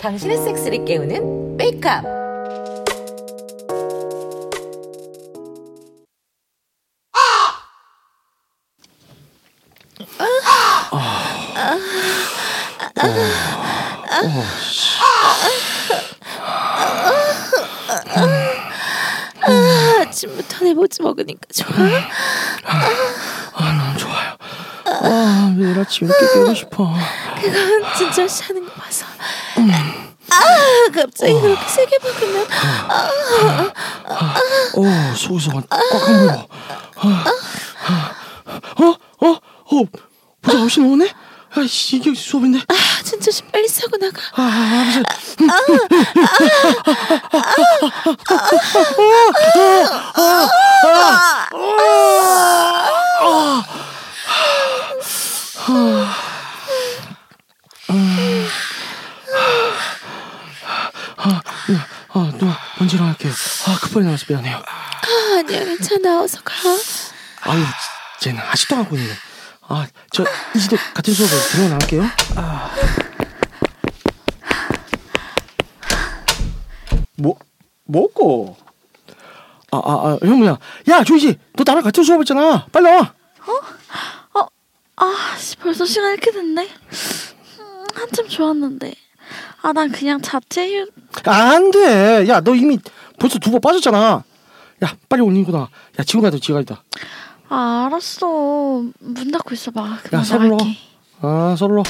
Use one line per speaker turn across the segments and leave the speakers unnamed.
당신의 섹스를 깨우는 메이크업.
아, 아침부터 내보지 먹으니까 좋아.
음. 아, 난 좋아요. 아, 매일 아침 이렇게 깨고 싶어.
그건 진짜 하는 거 봐서. 아, 갑자기 그렇게 세게 먹으면
어, 속에서 꽉꽉 물어. 아, 아, 어, 어, 어, 보자, 없이 나오네? 아이씨, 이게 수업인데.
아, 진짜 씨 빨리 싸고 나가.
아, 아버지. 아, 누나, 먼저 일어날게요. 아, 급하게 나와서 미안해요.
아, 아니야 괜찮아 어서 가.
아유, 쟤는 아직도 안 하고 있네. 아, 저 이지도 같은 수업에 들어 나갈게요. 아. 뭐 뭐고? 아, 아, 아, 형무야. 야, 조이지, 너 나랑 같은 수업했잖아. 빨리 나와.
아, 씨, 벌써 시간 이렇게 됐네. 음, 한참 좋았는데. 아, 난 그냥 자체 휴.
아, 안 돼. 야, 너 이미 벌써 두 번 빠졌잖아. 야, 빨리 옷 입고 나와. 야, 지금 가도 지가 있다.
아, 알았어. 문 닫고 있어봐. 그만
야, 서둘러.
나갈게.
아, 서둘러.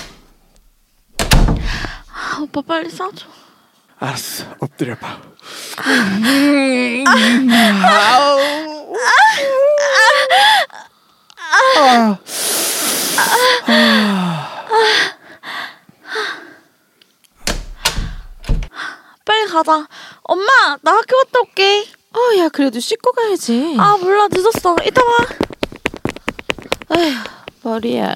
아, 오빠 빨리 싸줘.
알았어 엎드려 봐.
빨리 가자. 엄마, 나 학교 갔다 올게.
어, 야 그래도 씻고 가야지.
아, 몰라. 늦었어. 이따 봐.
아휴, 머리야.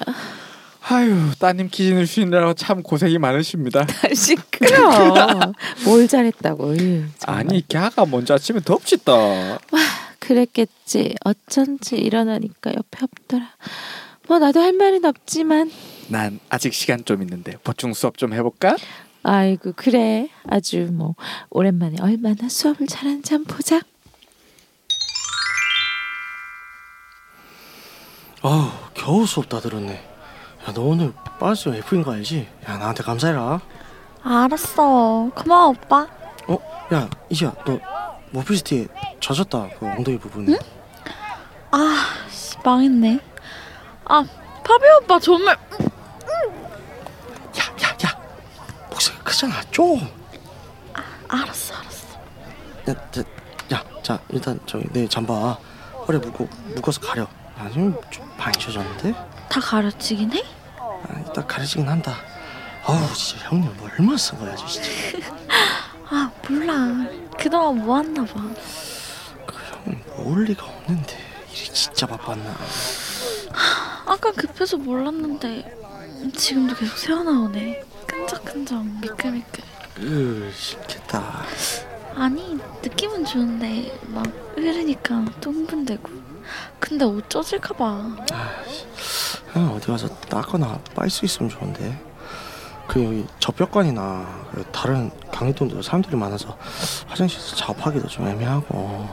아유 따님 기진을 쉬느라고 참 고생이 많으십니다.
시끄러. 뭘 잘했다고. 이, 정말.
아니 걔가 먼저 아침에 덥지다.
그랬겠지. 어쩐지 일어나니까 옆에 없더라. 뭐 나도 할 말은 없지만.
난 아직 시간 좀 있는데 보충 수업 좀 해볼까?
아이고 그래 아주 뭐 오랜만에 얼마나 수업을 잘하는지 한번 보자 아,
아우, 겨우 수업 다 들었네. 야, 너 오늘 빠졌으면 F인 거 알지? 야, 나한테 감사해라.
아, 알았어. 고마워, 오빠.
어? 야 이지야 너 모피스티에 젖었다 그 엉덩이 부분에
아, 씨, 망했네. 아, 파비 오빠 정말. 음,
야야야 목소리가 크잖아 좀
알았어, 알았어.
야, 자, 야, 자 일단 저기 내 잠바 허리 묶고 묶어서 가려 아니면 좀 많이 젖었는데?
다 가르치긴 해?
아, 일단 가려지긴 한다 아우 진짜 형님 뭐 얼마나 쓴 거야 진짜
아, 몰라. 그동안 뭐 했나 봐.
그 형님 모을 리가 없는데 일이 진짜 바빴나
아까 급해서 몰랐는데 음, 지금도 계속 새어나오네 끈적끈적 미끌미끌
으 싫겠다
아니 느낌은 좋은데 막 흐르니까 또 흥분되고 근데 옷 젖을까봐
형 어디 가서 닦거나 빨 수 있으면 좋은데 그 여기 접벽관이나 그 다른 강의동도 사람들이 많아서 화장실에서 작업하기도 좀 애매하고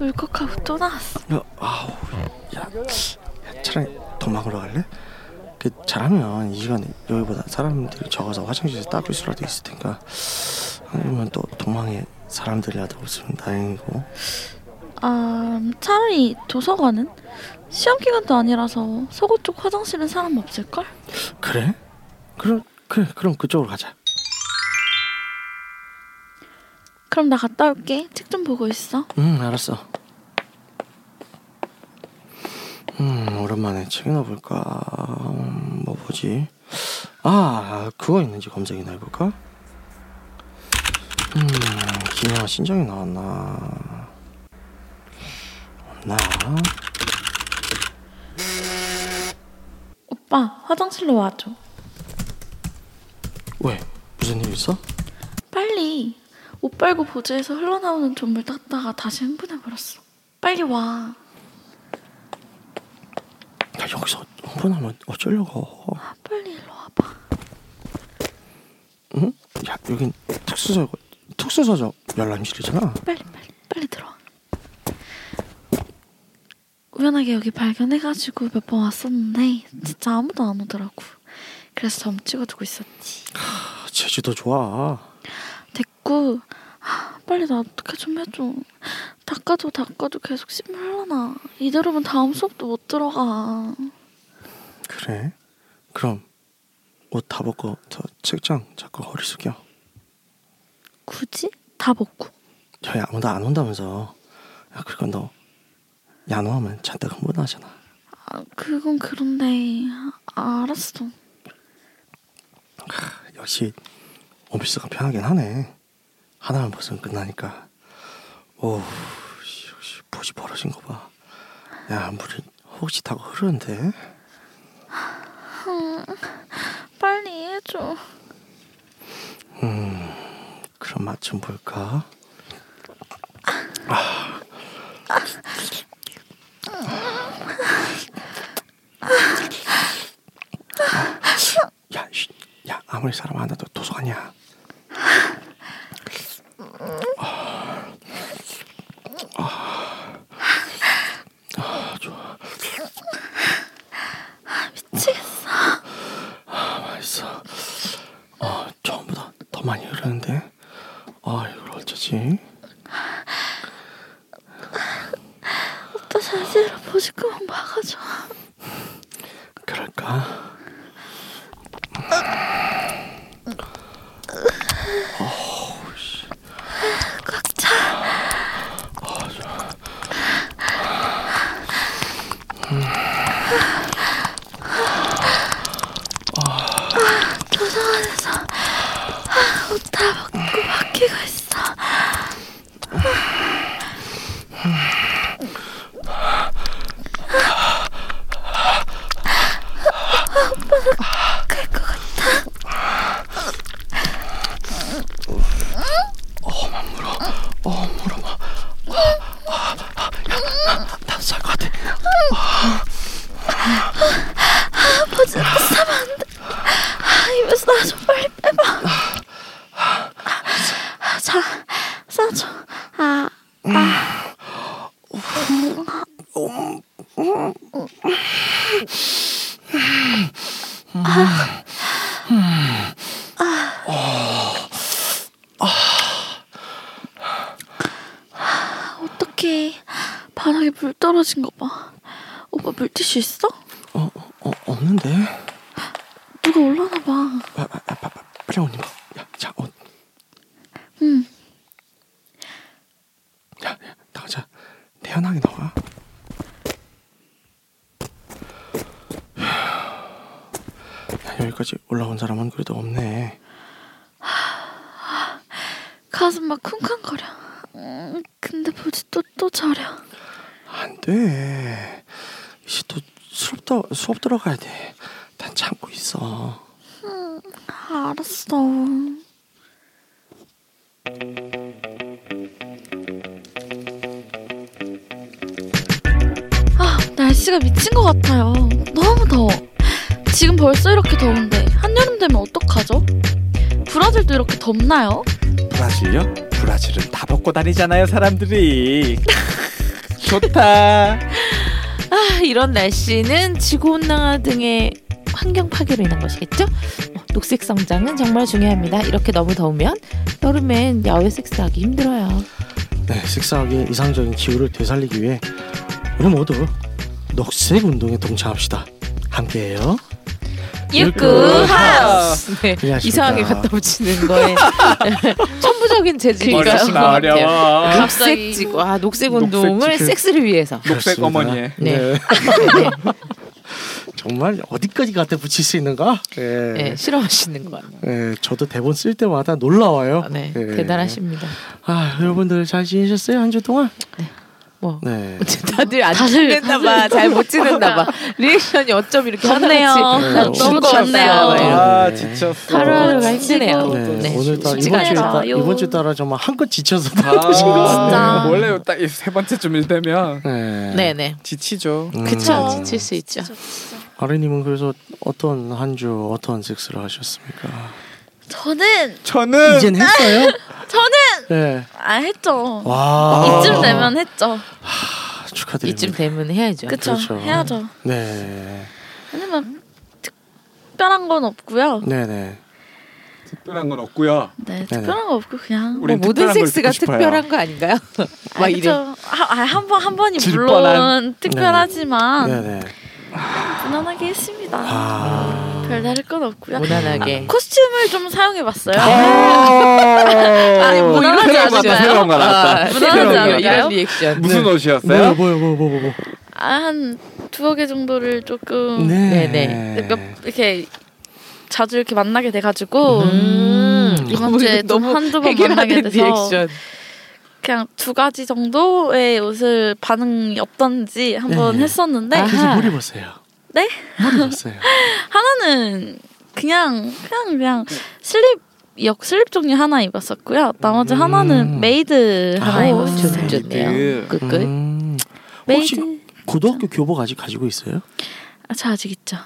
울컥하고 또 나왔어
야, 아우 야, 야 차라리 도망으로 갈래? 그 잘하면 이 시간에 여기보다 사람들이 적어서 화장실에서 닦을 수라도 있을 테니까 아니면 또 도망에 사람들이라도 없으면 다행이고
아 차라리 도서관은? 시험 기간도 아니라서 서구 쪽 화장실은 사람 없을걸?
그래? 그럼 그래 그럼 그쪽으로 가자
그럼 나 갔다 올게 책 좀 보고 있어
응 알았어 음 오랜만에 책이나 볼까 음, 뭐 보지 아 그거 있는지 검색이나 해볼까 음 김영아 신작이 나왔나 없나
오빠 화장실로 와줘
왜 무슨 일 있어
빨리 옷 빨고 보드에서 흘러나오는 존물 닦다가 다시 흥분해버렸어 빨리 와
야 여기서 흥분하면 어쩌려고?
아, 빨리 일로 와봐.
응? 야 여긴 특수서 특수서적 열람실이잖아.
빨리 빨리 빨리 들어와. 우연하게 여기 발견해가지고 몇 번 왔었는데 진짜 아무도 안 오더라고. 그래서 점 찍어두고 있었지.
아, 제주도 좋아.
됐고 하, 빨리 나 어떻게 좀 해줘. 닦아도 닦아도 계속 씹을 흘러나. 이대로면 다음 수업도 못 들어가.
그래? 그럼 옷 다 벗고 저 책장 자꾸 허리 숙여.
굳이 다 먹고.
저희 아무도 안 온다면서. 야 그건 너 야노하면 잔뜩 흥분하잖아.
아, 그건 그런데 아, 알았어.
역시 오피스가 편하긴 하네. 하나만 벗으면 끝나니까. 오, 씨, 역시 붓이 벌어진 거 봐. 야 물이 호흡짓하고 흐르는데.
빨리 해줘.
그럼 맛 좀 볼까? 아. 야, 쉿. 야, 아무리 사람 안 와도 도서관이야.
미치겠어.
맛있어. 어, 처음보다 더 많이 흐르는데. 아, 이걸 어쩌지?
오빠 자세로 보직구멍 막아줘.
그럴까?
도서관에서 옷다 벗고 바뀌고 있어.
어, 물어봐. 아, 아, 아, 야, 나도 살 것 같아.
아버지 나 싸면 안 돼. 아, 입에서 나 좀 빨리 빼봐. 아, 자, 싸줘. 아, 아. 어떡해. 바닥에 물 떨어진 거 봐. 오빠 물티슈 있어?
어, 어, 없는데.
누가 올라나 봐.
아, 아, 아, 아, 빨리 옷 입어. 야, 자, 옷.
응.
야, 야, 나가자. 태연하게 나가. 야, 여기까지 올라온 사람은 그래도 없네.
가슴 막 쿵쾅거려. 음, 근데 보지 또 또 저려.
안 돼. 이제 또 수업 더 수업 들어가야 돼. 난 참고 있어.
아, 알았어. 아, 날씨가 미친 것 같아요. 너무 더워. 지금 벌써 이렇게 더운데 한여름 되면 어떡하죠? 브라질도 이렇게 덥나요?
브라질요? 브라질은 다 벗고 다니잖아요 사람들이. 좋다.
아, 이런 날씨는 지구온난화 등의 환경 파괴로 인한 것이겠죠? 어, 녹색 성장은 정말 중요합니다. 이렇게 너무 더우면 여름엔 야외 섹스하기 힘들어요.
네, 식사하기 이상적인 기후를 되살리기 위해 우리 모두 녹색 운동에 동참합시다. 함께해요.
유쿠 하우스.
네,
안녕하십니까.
이상하게 갖다 붙이는 거에 천부적인 그렇죠. 재질인가요?
어렵다 어려워.
녹색 지구, 아 녹색
녹색
운동을
지구.
섹스를 위해서.
녹색
그렇습니다.
어머니의
네.
정말 어디까지 갖다 붙일 수 있는가? 네.
네, 싫어하시는 것 같아요.
예, 저도 대본 쓸 때마다 놀라워요.
네,
예.
대단하십니다.
아, 여러분들 잘 지내셨어요? 한 주 동안?
뭐
네.
다들 안
다들-
찍는다 봐. 잘 못 찍는다 봐. 리액션이 어쩜 이렇게
좋네요.
하나같이
네,
죽은
너무
것
좋네요.
같아요.
아
네.
지쳤어. 아,
하루하루가
지치고
힘드네요.
또
네,
네,
오늘따라
쉽지가
이번 주에
않아요.
따라
않아요.
이번 주에 따라 정말 한껏 지쳐서
아,
나오신 것 같아요.
진짜.
원래 딱 세번 째쯤일 되면
네.
네네.
지치죠.
음.
그쵸. 지칠 수 있죠.
아르님은 그래서 어떤 한 주 어떤 섹스를 하셨습니까?
저는
저는
이젠 했어요?
저는
네.
아 했죠.
와.
이쯤 되면 했죠.
아, 축하드립니다.
이쯤 되면 해야죠.
그쵸
그렇죠.
해야죠.
네.
왜냐면 특별한 건 없고요.
네네.
특별한 건 없고요.
네 특별한 거 없고 그냥
뭐
우린
모든
특별한 걸
섹스가
듣고 싶어요.
특별한 거 아닌가요? 막
아,
이래.
그쵸. 아, 아, 한 번, 한 번이
질
물론
뻔한.
특별하지만
네네.
무난하게 했습니다.
아.
별다를 건 없고요.
무난하게.
코스튬을 좀 사용해봤어요.
아.
아니
뭐 이런 거
어, 새로운
아시나요?
거 새로운 거
아,
나왔다.
무난하지
새로운 거
이런,
않을까요?
나왔다.
이런 리액션.
무슨
뭐야
옷이었어요?
뭐야 뭐야 뭐야 뭐야.
아, 한 두어 개 정도를 조금
네네.
몇, 이렇게 자주 이렇게 만나게 돼가지고
음,
이번 주에 좀
너무
한두 번
해결하는
만나게 돼서
리액션.
그냥 두 가지 정도의 옷을 반응이 없던지 한번
네.
했었는데
아.
그래서
아하.
뭘 입었어요?
네?
뭘 입었어요?
하나는 그냥 그냥 그냥
네.
슬립 역 슬립 종류 하나 입었었고요. 나머지
음.
하나는 메이드 하나
아,
입었어요.
좋- 좋네요.
그-
끝끝.
음. 혹시
메이드
고등학교 교복 아직 가지고 있어요?
아, 저 아직 있죠.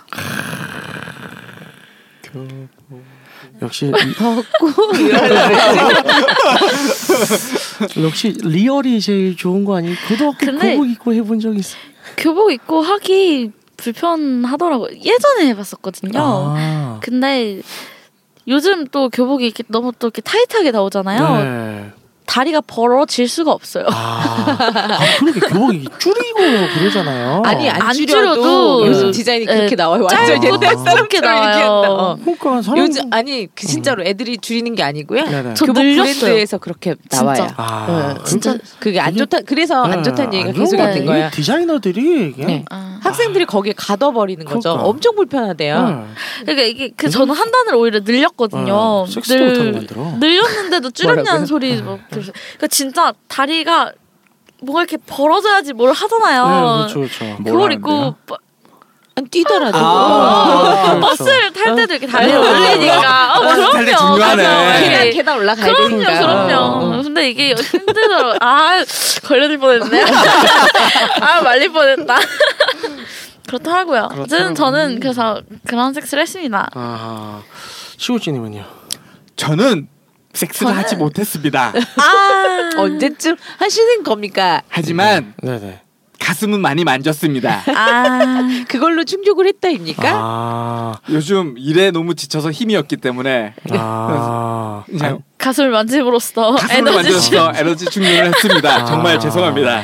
역시
덥고
역시 리얼이 제일 좋은 거 아니에요? 고등학교
근데-
교복 입고 해본 적 있어요?
교복 입고 하기 불편하더라고요. 예전에 해봤었거든요.
아.
근데 요즘 또 교복이 이렇게 너무 또 이렇게 타이트하게 나오잖아요.
네.
다리가 벌어질 수가 없어요.
아, 아 그러게 교복이 줄이고 그러잖아요.
아니 안
어. 안
줄여도
줄여도
요즘 디자인이 그렇게
예,
나와요. 완전
짧고
옛날 사람처럼
짧게 나와요.
얘기한다. 어.
그러니까 사람
요즘 아니 그 진짜로 애들이 줄이는 게 아니고요.
네네.
저
교복
늘렸어요.
브랜드에서 그렇게 나와요.
아,
어,
진짜.
그게 안 좋다. 그래서 안 좋다는
네,
얘기가
안
계속
좋은
있는
거예요.
거야.
디자이너들이 그냥
네.
아.
학생들이 거기에 가둬버리는 거죠.
그러니까.
엄청 불편하대요.
네.
그러니까 이게 그 저는 한 단을 오히려 늘렸거든요.
어, 섹스 못하는 만들어.
늘렸는데도
뭐라고요?
줄였냐는 소리 뭐 들었어요. 그러니까 진짜 다리가 뭔가 이렇게 벌어져야지 뭘 하잖아요.
네, 그렇죠, 그렇죠.
그걸
뭐라
입고 버-
안 뛰더라도
아.
그렇죠.
버스를 탈 때도 이렇게 다리 올리니까. 어, 그럼요.
탈때 중요하네.
맞아.
네.
계단
이게-
계단 올라가야
그럼요,
되니까.
그럼요. 근데 이게 힘들어. 아, 걸려들 뻔했네. 아, 말릴 뻔했다. 그렇더라고요. 어쨌든 저는 그래서 그런 섹스를 했습니다.
아, 시우진님은요?
저는 섹스를 하지 못했습니다.
아,
언제쯤 하시는 겁니까?
하지만
네네.
가슴은 많이 만졌습니다.
아.
그걸로 충족을 했다입니까?
아,
요즘 일에 너무 지쳐서 힘이 없기 때문에
아,
이제
가슴을 만짐으로써
가슴을
어, 에너지
만져서 에너지 충전을 했습니다.
아.
정말 죄송합니다.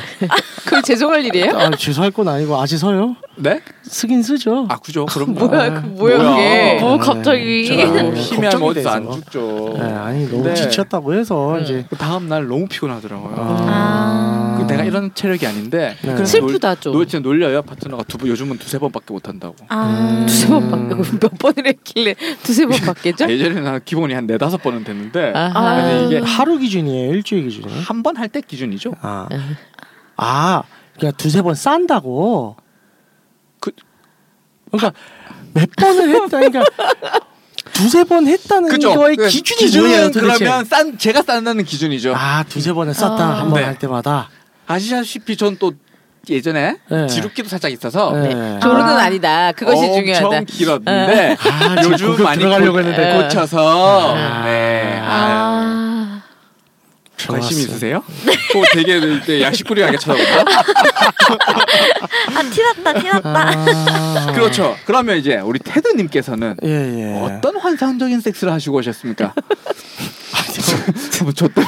그걸 죄송할 일이에요?
아, 죄송할 건 아니고 아직 서요?
네?
쓰긴 쓰죠.
아 그죠? 그럼
뭐야, 그 뭐야
뭐야.
그게?
뭐 갑자기.
네,
아,
네,
힘이 안
걱정이
먹어서 안
돼서.
죽죠.
네, 아니 너무
근데
지쳤다고 해서 이제
그 다음 날 너무 피곤하더라고요.
아.
그 내가 이런 체력이 아닌데
네.
그래서
슬프다,
놀-
좀.
놀, 진짜 놀려요 파트너가 두번 요즘은 두세 번밖에 못 한다고.
아.
두세 번밖에 몇 번을 했길래 두세 번밖에죠?
아, 예전에는 한 기본이 한 네다섯 번은 됐는데
아하.
아니, 이게
하루 기준이에요, 일주일 기준이에요?
한 번 할 때 기준이죠.
아, 아, 그러니까 두세 번 싼다고.
그-
그러니까 몇 번을 했다, 그러니까 두세 번 했다는 거의
그
기준이 뭐예요, 도대체?
그러면 싼 제가 싼다는 기준이죠. 아.
아, 두세 번을 쌌다
아.
한 번
네.
할 때마다.
시다시피 전 또 예전에
네.
지루기도 살짝 있어서
네.
조르는 아니다. 그것이
엄청
중요하다. 네.
길었는데
아, 지금
요즘
공격
많이
들어가려고
고-
했는데.
고쳐서
아.
네. 아.
아.
관심
좋았어요. 네.
있으세요? 또 되게 이제 야식 뿌리하게 쳐다본다.
아, 티났다, 티났다.
아.
그렇죠. 그러면 이제 우리 테드님께서는
예,
네.
예.
어떤 환상적인 섹스를 하시고 오셨습니까? 뭐, 저 또-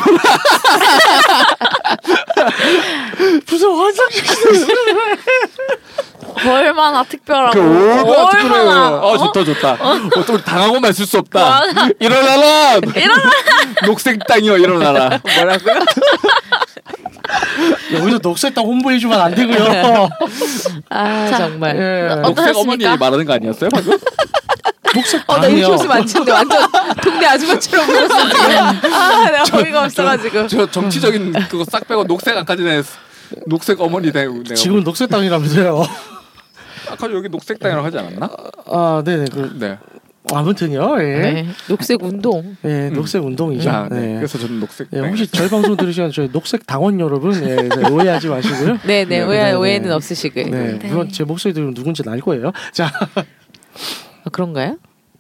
무슨 환상적인
얼마나 특별하고.
그
그러니까
뭐,
얼마나
얼마나.
특별해요. 어, 좋다 좋다. 어, 또 당하고만 있을 수 없다. 일어나라.
일어나.
녹색 땅이여 일어나라. 뭐라고요?
여기서 녹색당 홍보해 주면 안
네.
되고요.
아
자.
정말.
녹색
어떠셨습니까?
어머니 말하는 거 아니었어요? 방금?
어, 나
아니요.
이렇게 웃으면 안 치는데 완전 동네 아줌마처럼 웃었어 지금. 아, 나 어이가 없어가지고.
저 정치적인 그거 싹 빼고 녹색 아까 전에 녹색 어머니 대우 내가
지금 녹색 땅이라면서요.
볼- 아까 여기 녹색 땅이라고 하지 않았나?
아, 네네. 그,
네.
아무튼요. 예.
네. 녹색 운동.
예, 녹색 운동이죠.
아, 네.
예.
그래서 저는 녹색
예,
땅.
혹시 저희 방송 들으시는 저희 녹색 당원 여러분 예, 네, 오해하지 마시고요.
네네
네,
오해
네, 네.
오해는 없으시길.
네,
네.
물론 제 목소리 들으면 누군지는 알 거예요. 자,
아, 그런가요?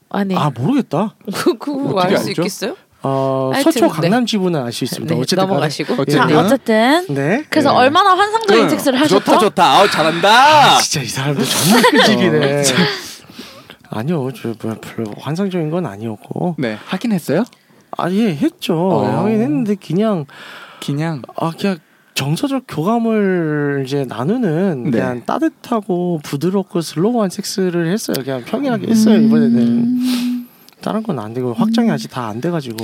아니
아 모르겠다.
그거
어떻게
알수
알죠?
있겠어요?
어,
하여튼,
서초
네.
강남 지부는 알 수 있습니다.
네,
어쨌든 간에.
넘어가시고.
어쨌든.
자,
네.
어쨌든
네.
그래서
네.
얼마나 환상적인 섹스를
좋다
하셨죠?
좋다. 아우 잘한다.
진짜 이 사람들 정말 끈질기네. 아니요, 저 뭐, 별로 환상적인 건 아니었고,
네. 하긴 했어요?
아 예 했죠.
어.
하긴 했는데 그냥
그냥
아 그냥 정서적 교감을 이제 나누는
네.
그냥 따뜻하고 부드럽고 슬로우한 섹스를 했어요. 그냥
음.
평이하게 했어요 이번에는. 다른 건 안 되고 확장이 아직 다 안 돼가지고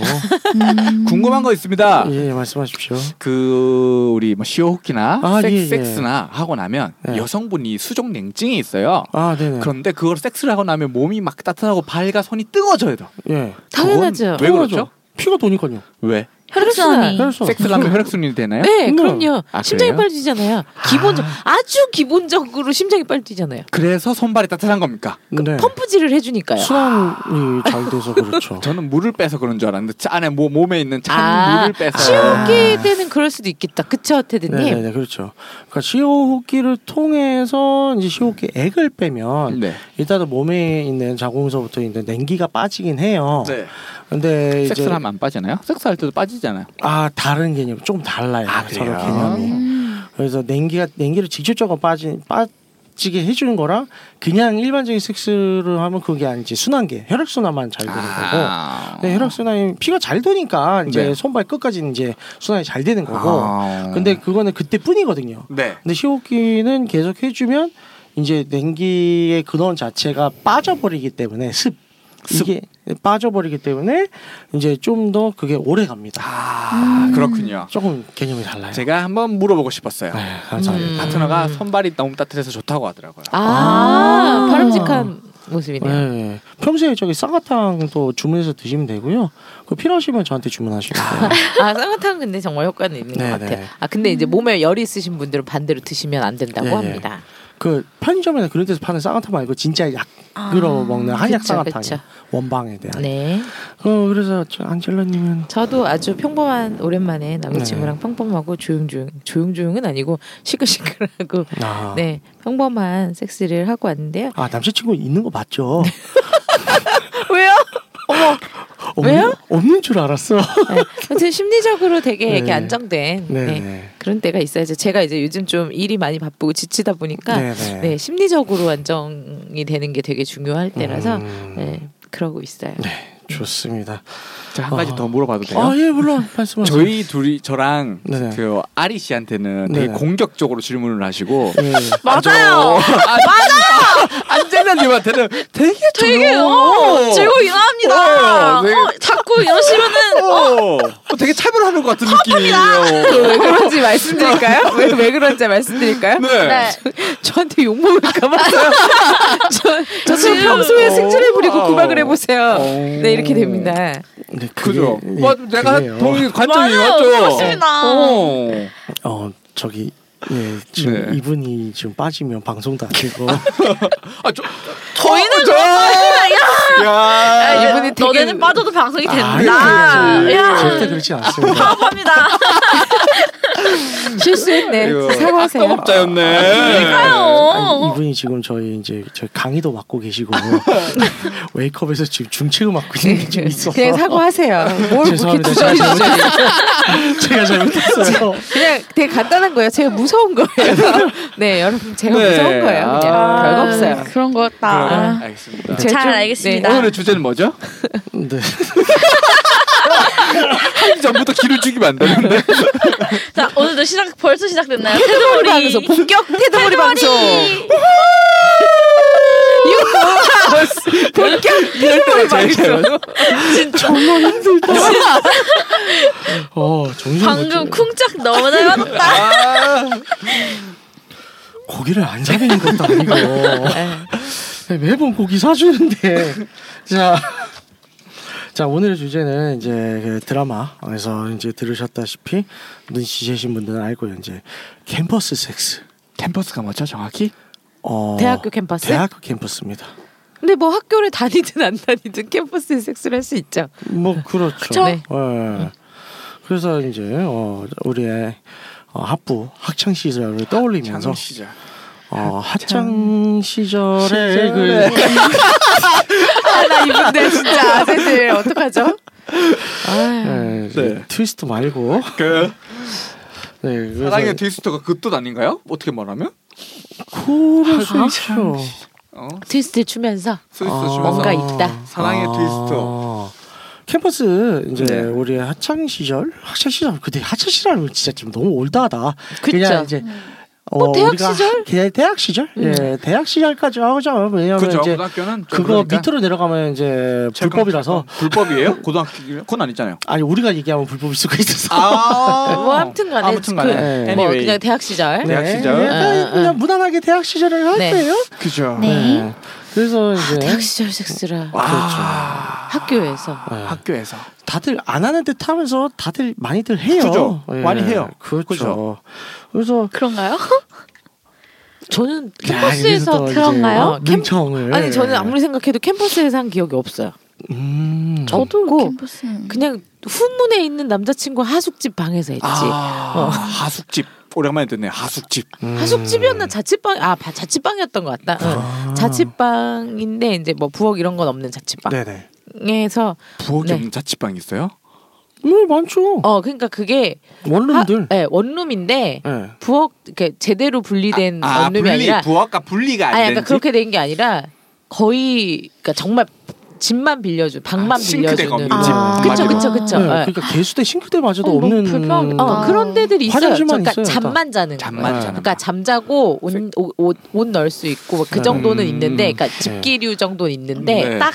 궁금한 거 있습니다.
예 예, 말씀하십시오.
그 우리 뭐 시오호키나
아,
섹,
예, 예.
섹스나 하고 나면
예.
여성분이 수족 냉증이 있어요.
아 네네.
그런데 그걸 섹스를 하고 나면 몸이 막 따뜻하고 발과 손이 뜨거워져요.
예.
당연하죠.
왜 그렇죠?
피가 도니까요. 네,
왜?
그렇죠.
혈액순환이
그래서
섹스를 하면 혈액순환이 되나요?
네,
네.
그럼요.
아,
심장이
그래요?
빨리 뛰잖아요. 기본적 아주 기본적으로 심장이 빨리 뛰잖아요.
그래서 손발이 따뜻한 겁니까?
네.
펌프질을 해주니까요.
수환이 잘 돼서 그렇죠.
저는 물을 빼서 그런 줄 알았는데 차 안에 뭐 몸에 있는 찬
아,
물을 빼서
시오키 때는 그럴 수도 있겠다. 그쵸, 테드님?
아. 네네네 그렇죠. 그러니까 시호흡기를 통해서 이제 시호흡기 액을 빼면
네.
일단은 몸에 있는 자궁서부터 이제 냉기가 빠지긴 해요.
네.
근데 이제
섹스를 하면 안 빠지나요? 섹스할 때도 빠지잖아요.
아 다른 개념 좀 달라요.
아,
서로
그래요?
개념이. 그래서 냉기가 냉기를 직접적으로 빠지 빠지게 해주는 거랑 그냥 일반적인 섹스를 하면 그게 아니지 순환계 혈액 순환만 잘 되는 거고.
아.
네, 혈액 순환이 피가 잘 도니까 이제
네.
손발 끝까지 이제 순환이 잘 되는 거고.
아.
근데 그거는 그때뿐이거든요.
네.
근데 시호흡기는 계속 해주면 이제 냉기의 근원 자체가 빠져버리기 때문에 습,
습.
이게 빠져버리기 때문에 이제 좀 더 그게 오래 갑니다.
아
음.
그렇군요.
조금 개념이 달라요.
제가 한번 물어보고 싶었어요.
네, 감사합니다.
예, 파트너가 손발이 너무 따뜻해서 좋다고 하더라고요.
아,
아.
바람직한 모습이네요.
네. 평소에 저기 쌍화탕도 주문해서 드시면 되고요. 그 필요하시면 저한테 주문하시면 돼요.
아, 쌍화탕 근데 정말 효과는 있는
네,
것 같아요.
네.
아, 근데 이제 몸에 열이 있으신 분들은 반대로 드시면 안 된다고
네, 네.
합니다.
그 편의점이나 그런 데서 파는 쌍화탕 말고 진짜 약으로 먹는 한약
그쵸,
쌍화탕
그쵸.
원방에 대한.
네.
어 그래서 저 안젤라님은
저도 아주 평범한 오랜만에 남자친구랑
네.
평범하고 조용조용 조용조용은 아니고 시끌시끌하고
아,
네 평범한 섹스를 하고 왔는데요.
아 남자친구 있는 거 맞죠?
왜요?
없는,
왜요?
없는 줄 알았어.
네. 아무튼 심리적으로 되게
네.
이렇게 안정된
네.
네,
네.
그런 때가 있어야죠. 제가 이제 요즘 좀 일이 많이 바쁘고 지치다 보니까 네, 심리적으로 안정이 되는 게 되게 중요할 때라서
음.
네, 그러고 있어요.
네, 좋습니다.
제가 한 가지
아.
더 물어봐도 돼요?
아, 예, 물론 말씀하세요.
저희 둘이 저랑
네네.
그 아리 씨한테는 되게
네네.
공격적으로 질문을 하시고
예.
맞아요.
맞아요. 안젤라님한테는 되게
되게 어,
조용해요.
즐거워 인화합니다.
어, 되게-
어, 자꾸 이러시면은
어, 어, 되게 차별하는 것 같은 느낌이에요.
왜 그런지 말씀드릴까요? 왜, 왜 그런지 말씀드릴까요?
네.
네.
저한테 욕먹을까 봐요. 저, 저 지금
지금-
평소에 승질을 부리고
네. 어.
구박을 해보세요.
어.
네, 이렇게 됩니다.
근데 그게-
그죠?
예,
맞, 내가
그래요.
동의 관점이
맞아요.
맞죠?
그렇습니다.
어.
어, 저기 예, 지금
네.
이분이 지금 빠지면 방송도 안 되고.
아, 저,
저희는
저,
야,
야.
이분이 되게-
너네는 빠져도 방송이
아니,
된다.
그러지.
야, 아,
절대 그렇지 않습니다.
바보입니다.
실수했네.
이거
아,
사과하세요.
악덕업자였네.
어.
아니, 이분이 지금 저희 이제 저희 강의도 맡고 계시고 웨이크업에서 지금 중책을 맡고 있는 게 지금 있어서
그냥 사과하세요. 뭘 그렇게
죄송합니다. 제가
투자하시죠?
잘못했어요. 제가 잘못했어요.
그냥 되게 간단한 거예요. 제가 무서운 거예요. 네, 여러분 제가
네.
무서운 거예요. 그냥
아.
별거 없어요.
네, 그런
그럼
거였다. 아,
알겠습니다.
제가
잘
좀-
알겠습니다.
네.
오늘의 주제는 뭐죠?
네.
하기 전부터 길을 죽이면 안 되는데.
자, 오늘도 시작 벌써 시작됐나요?
테드머리 방송
테드머리.
본격 뭐 테드머리 방송 유후! 본격 테드머리 방송
정말 힘들다. 어, 정신
방금 쿵짝 너무 잘 맞았다.
아,
고기를 안 사는 것도 아니고
네.
네, 매번 고기 사주는데 자 자 오늘의 주제는 이제 그 드라마에서 이제 들으셨다시피 눈치채신 분들은 알고 이제 캠퍼스 섹스.
캠퍼스가 뭐죠 정확히?
어,
대학교 캠퍼스?
대학교 캠퍼스입니다.
근데 뭐 학교를 다니든 안 다니든 캠퍼스에 섹스를 할 수 있죠.
뭐 그렇죠.
그쵸? 네.
예. 그래서 이제 어, 우리의 어, 학부 학창 시절을 떠올리면서
시절.
어, 학창 시절의
시절에.
그
나 이분들 진짜 아세들 어떡하죠? 아,
예,
네.
트위스트 말고
그
네, 그래서-
사랑의 트위스터가 그 뜻 아닌가요? 어떻게 말하면?
아,
그럴 수 있죠.
어?
트위스트 추면서
스위스
아,
주면서
뭔가 있다.
사랑의 트위스터.
캠퍼스 이제
네.
우리 학창 시절, 학창 시절 그때 학창 시절은 진짜 지금 너무 올드하다.
그쵸.
그냥 이제 어,
뭐 대학
우리가
시절? 음.
학- 대- 대학 시절? 예, 대학 시절까지 하고자 왜냐면
그죠
이제
고등학교는 좀
그거
그러니까.
밑으로 내려가면 이제
철강-
불법이라서
불법이에요? 고등학교 그건 아니잖아요.
아니 우리가 얘기하면 불법일 수가 있어서
아.
뭐 아무튼간에
아무튼간에.
그-
뭐
Anyway.
그냥 대학 시절
대학 시절?
네, 그냥,
아, 아.
그냥 무난하게 대학 시절을 할
네. 아,
거예요.
그죠.
네. 그래서 이제
대학 시절 섹스라
아.
학교에서
예.
학교에서.
다들 안 하는 듯 하면서 다들 많이들 해요.
그죠. 많이 해요.
그렇죠.
그죠.
그래서
그런가요?
저는
야,
캠퍼스에서
여기서 또
그런가요?
이제 어, 능청을
아니 저는 아무리 생각해도 캠퍼스에서 한 기억이 없어요.
음.
없고
캠퍼스.
그냥 후문에 있는 남자친구 하숙집 방에서 했지.
아. 하숙집. 오랜만에 듣네. 하숙집.
음. 하숙집이었나 자취방 아 바- 자취방이었던 것 같다. 응.
아.
자취방인데 이제 뭐 부엌 이런 건 없는 자취방에서
네네.
부엌이
네.
없는 자취방 있어요?
네 많죠.
어 그러니까 그게
원룸들.
하- 네, 원룸인데
예.
부엌 이렇게 제대로 분리된
아,
원룸이
분리,
아니라
부엌과 분리가 안
아 약간
된지?
그렇게 된 게 아니라 거의 그러니까 정말 집만 빌려준 방만
아, 싱크대가
빌려주는
없는 집.
아, 그쵸 그쵸
마지막.
그쵸.
네,
예.
그러니까 개수대 싱크대마저도
어, 너무
없는 아,
불편하게- 어, 그런 데들이 있어요.
화장실만
그러니까
있어요, 다.
잠만 자는
잠만
거예요.
자는
그러니까
방.
잠자고 옷, 옷, 옷, 옷 넣을 수 있고 뭐그
네.
정도는
음.
있는데 그러니까 집기류 정도는 있는데 네, 딱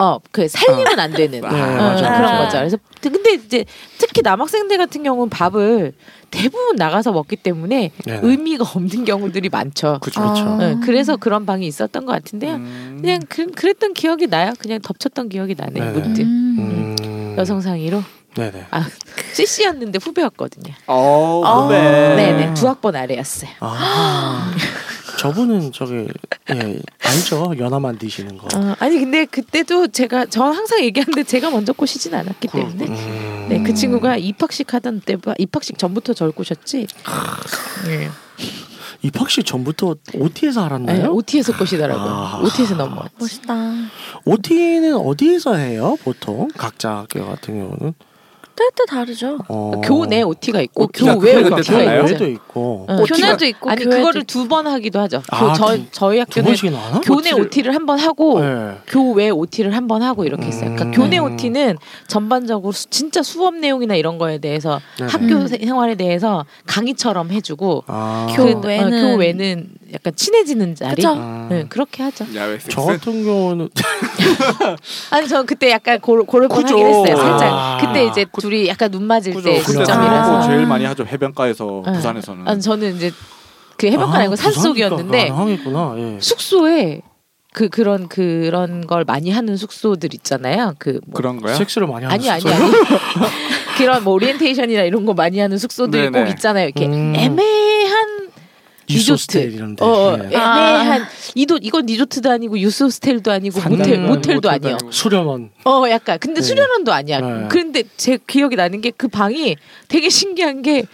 어, 그 살림은 안 되는
네,
어,
맞아요,
그런
맞아요.
거죠. 그래서 근데 이제 특히 남학생들 같은 경우는 밥을 대부분 나가서 먹기 때문에
그렇죠.
네. 그렇죠.
의미가 없는 경우들이 많죠.
그죠.
아.
네, 그래서 그런 방이 있었던 것 같은데요.
음.
그냥 그, 그랬던 기억이 나요. 그냥 덮쳤던 기억이 나네.
네.
문득
음.
여성 상의로
네네.
아 CC였는데 후배였거든요.
어, 후배.
네네 두 학번 아래였어요.
아. 저분은 저기 예 알죠 연하 만드시는 거.
어, 아니 근데 그때도 제가 전 항상 얘기하는데 제가 먼저 꼬시진 않았기 때문에
음.
네 그 친구가 입학식 하던 때 입학식 전부터 저를 꼬셨지.
예.
네.
입학식 전부터 OT에서
네,
알았나요?
OT에서 꼬시더라고요.
아.
OT에서 넘어왔지.
멋있다.
OT는 어디에서 해요? 보통 각자 학교 같은 경우는
때때 다르죠.
어.
그 교내 OT가 있고
OT 가
교외
그때
OT가
달라요?
있죠.
교내도 있고
응.
교내도 있고
어, 아니
교회도
그거를 두 번 하기도 하죠.
아,
교- 저,
두-
저희
두
학교는
번씩이나 하나?
교내
OT 를-
OT를 한 번 하고
네.
교외 OT를 한 번 하고 이렇게 했어요. 그러니까
음.
교내 OT는 전반적으로 수- 진짜 수업 내용이나 이런 거에 대해서
네네.
학교
음.
세- 생활에 대해서 강의처럼 해주고
아.
교-
그- 어,
교외는-
교외는 약간 친해지는 자리.
그쵸.
아.
네, 그렇게 하죠.
야외 섹스.
저 같은 경우는
아니 저 그때 약간 고를 고를
그죠.
뻔하긴 했어요. 살짝.
아.
근데 이제 둘이 약간 눈 맞을
그죠.
때
근데
네, 시점이라서.
그거 제일 많이 하죠. 해변가에서
네.
부산에서는.
아니 저는 이제 그 해변가 아니고 산속이었는데
가능하겠구나. 예.
숙소에 그 그런 그런 걸 많이 하는 숙소들 있잖아요. 그뭐
그런 거야?
섹스를 많이 하는
아니 아니
숙소예요?
아니 그런 뭐 오리엔테이션이나 이런 거 많이 하는 숙소들이
네네.
꼭 있잖아요 이렇게
음.
애매한
유스호스텔
리조트
이런데.
어, 어,
예.
애매한 이도 이건 리조트도 아니고 유스호스텔도 아니고 모텔
산당은
모텔도
모텔도
아니요
아니고.
수련원.
어 약간 근데
네.
수련원도 아니야
네.
그런데 제 기억이 나는 게 그 방이 되게 신기한 게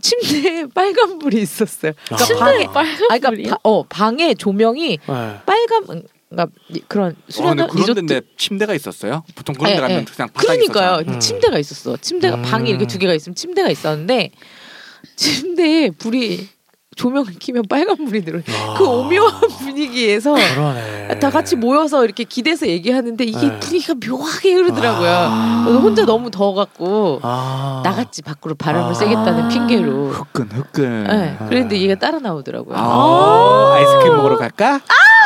침대에 빨간불이 있었어요 그러니까
침대에
방에
빨간
아, 그러니까
불이요?
바- 어 방의 조명이
예.
빨간 그러니까 이- 그런 수련원
아, 근데 그런
리조트
데인데 침대가 있었어요? 보통 그런 데
예,
가면
예.
그냥 바닥이
그러니까요.
있었잖아.
음.
침대가 있었어. 침대가
음.
방이 이렇게 두 개가 있으면 침대가 있었는데 침대에 불이 조명을 켜면 빨간 불이 들어.
아.
야.
그 오묘한 분위기에서
그러네.
다 같이 모여서 이렇게 기대서 얘기하는데 이게
네.
분위기가 묘하게 흐르더라고요.
아.
그래서 혼자 너무 더워갖고
아.
나갔지 밖으로 바람을
아.
쐬겠다는 핑계로.
흑근 흑근.
네. 그랬는데 얘가 따라 나오더라고요.
아, 아이스크림 먹으러 갈까?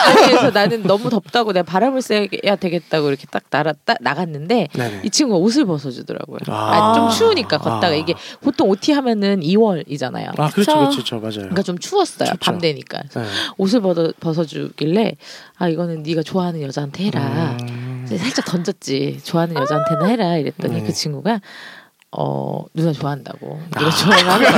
아니, 그래서 나는 너무 덥다고 내가 바람을 쐬야 되겠다고 이렇게 딱 날아 딱 나갔는데
네네.
이 친구가 옷을 벗어주더라고요.
아.
아, 좀 추우니까 걷다가
아.
이게 보통 OT 하면은 2월이잖아요.
아 그렇죠 그렇죠 저, 맞아요.
그러니까 좀 추웠어요.
춥죠.
밤 되니까
네.
옷을 벗어, 벗어주길래 아 이거는 네가 좋아하는 여자한테 해라.
음.
이제 살짝 던졌지. 좋아하는 여자한테나 해라 이랬더니
네.
그 친구가 어 누나 좋아한다고 누나 좋아하면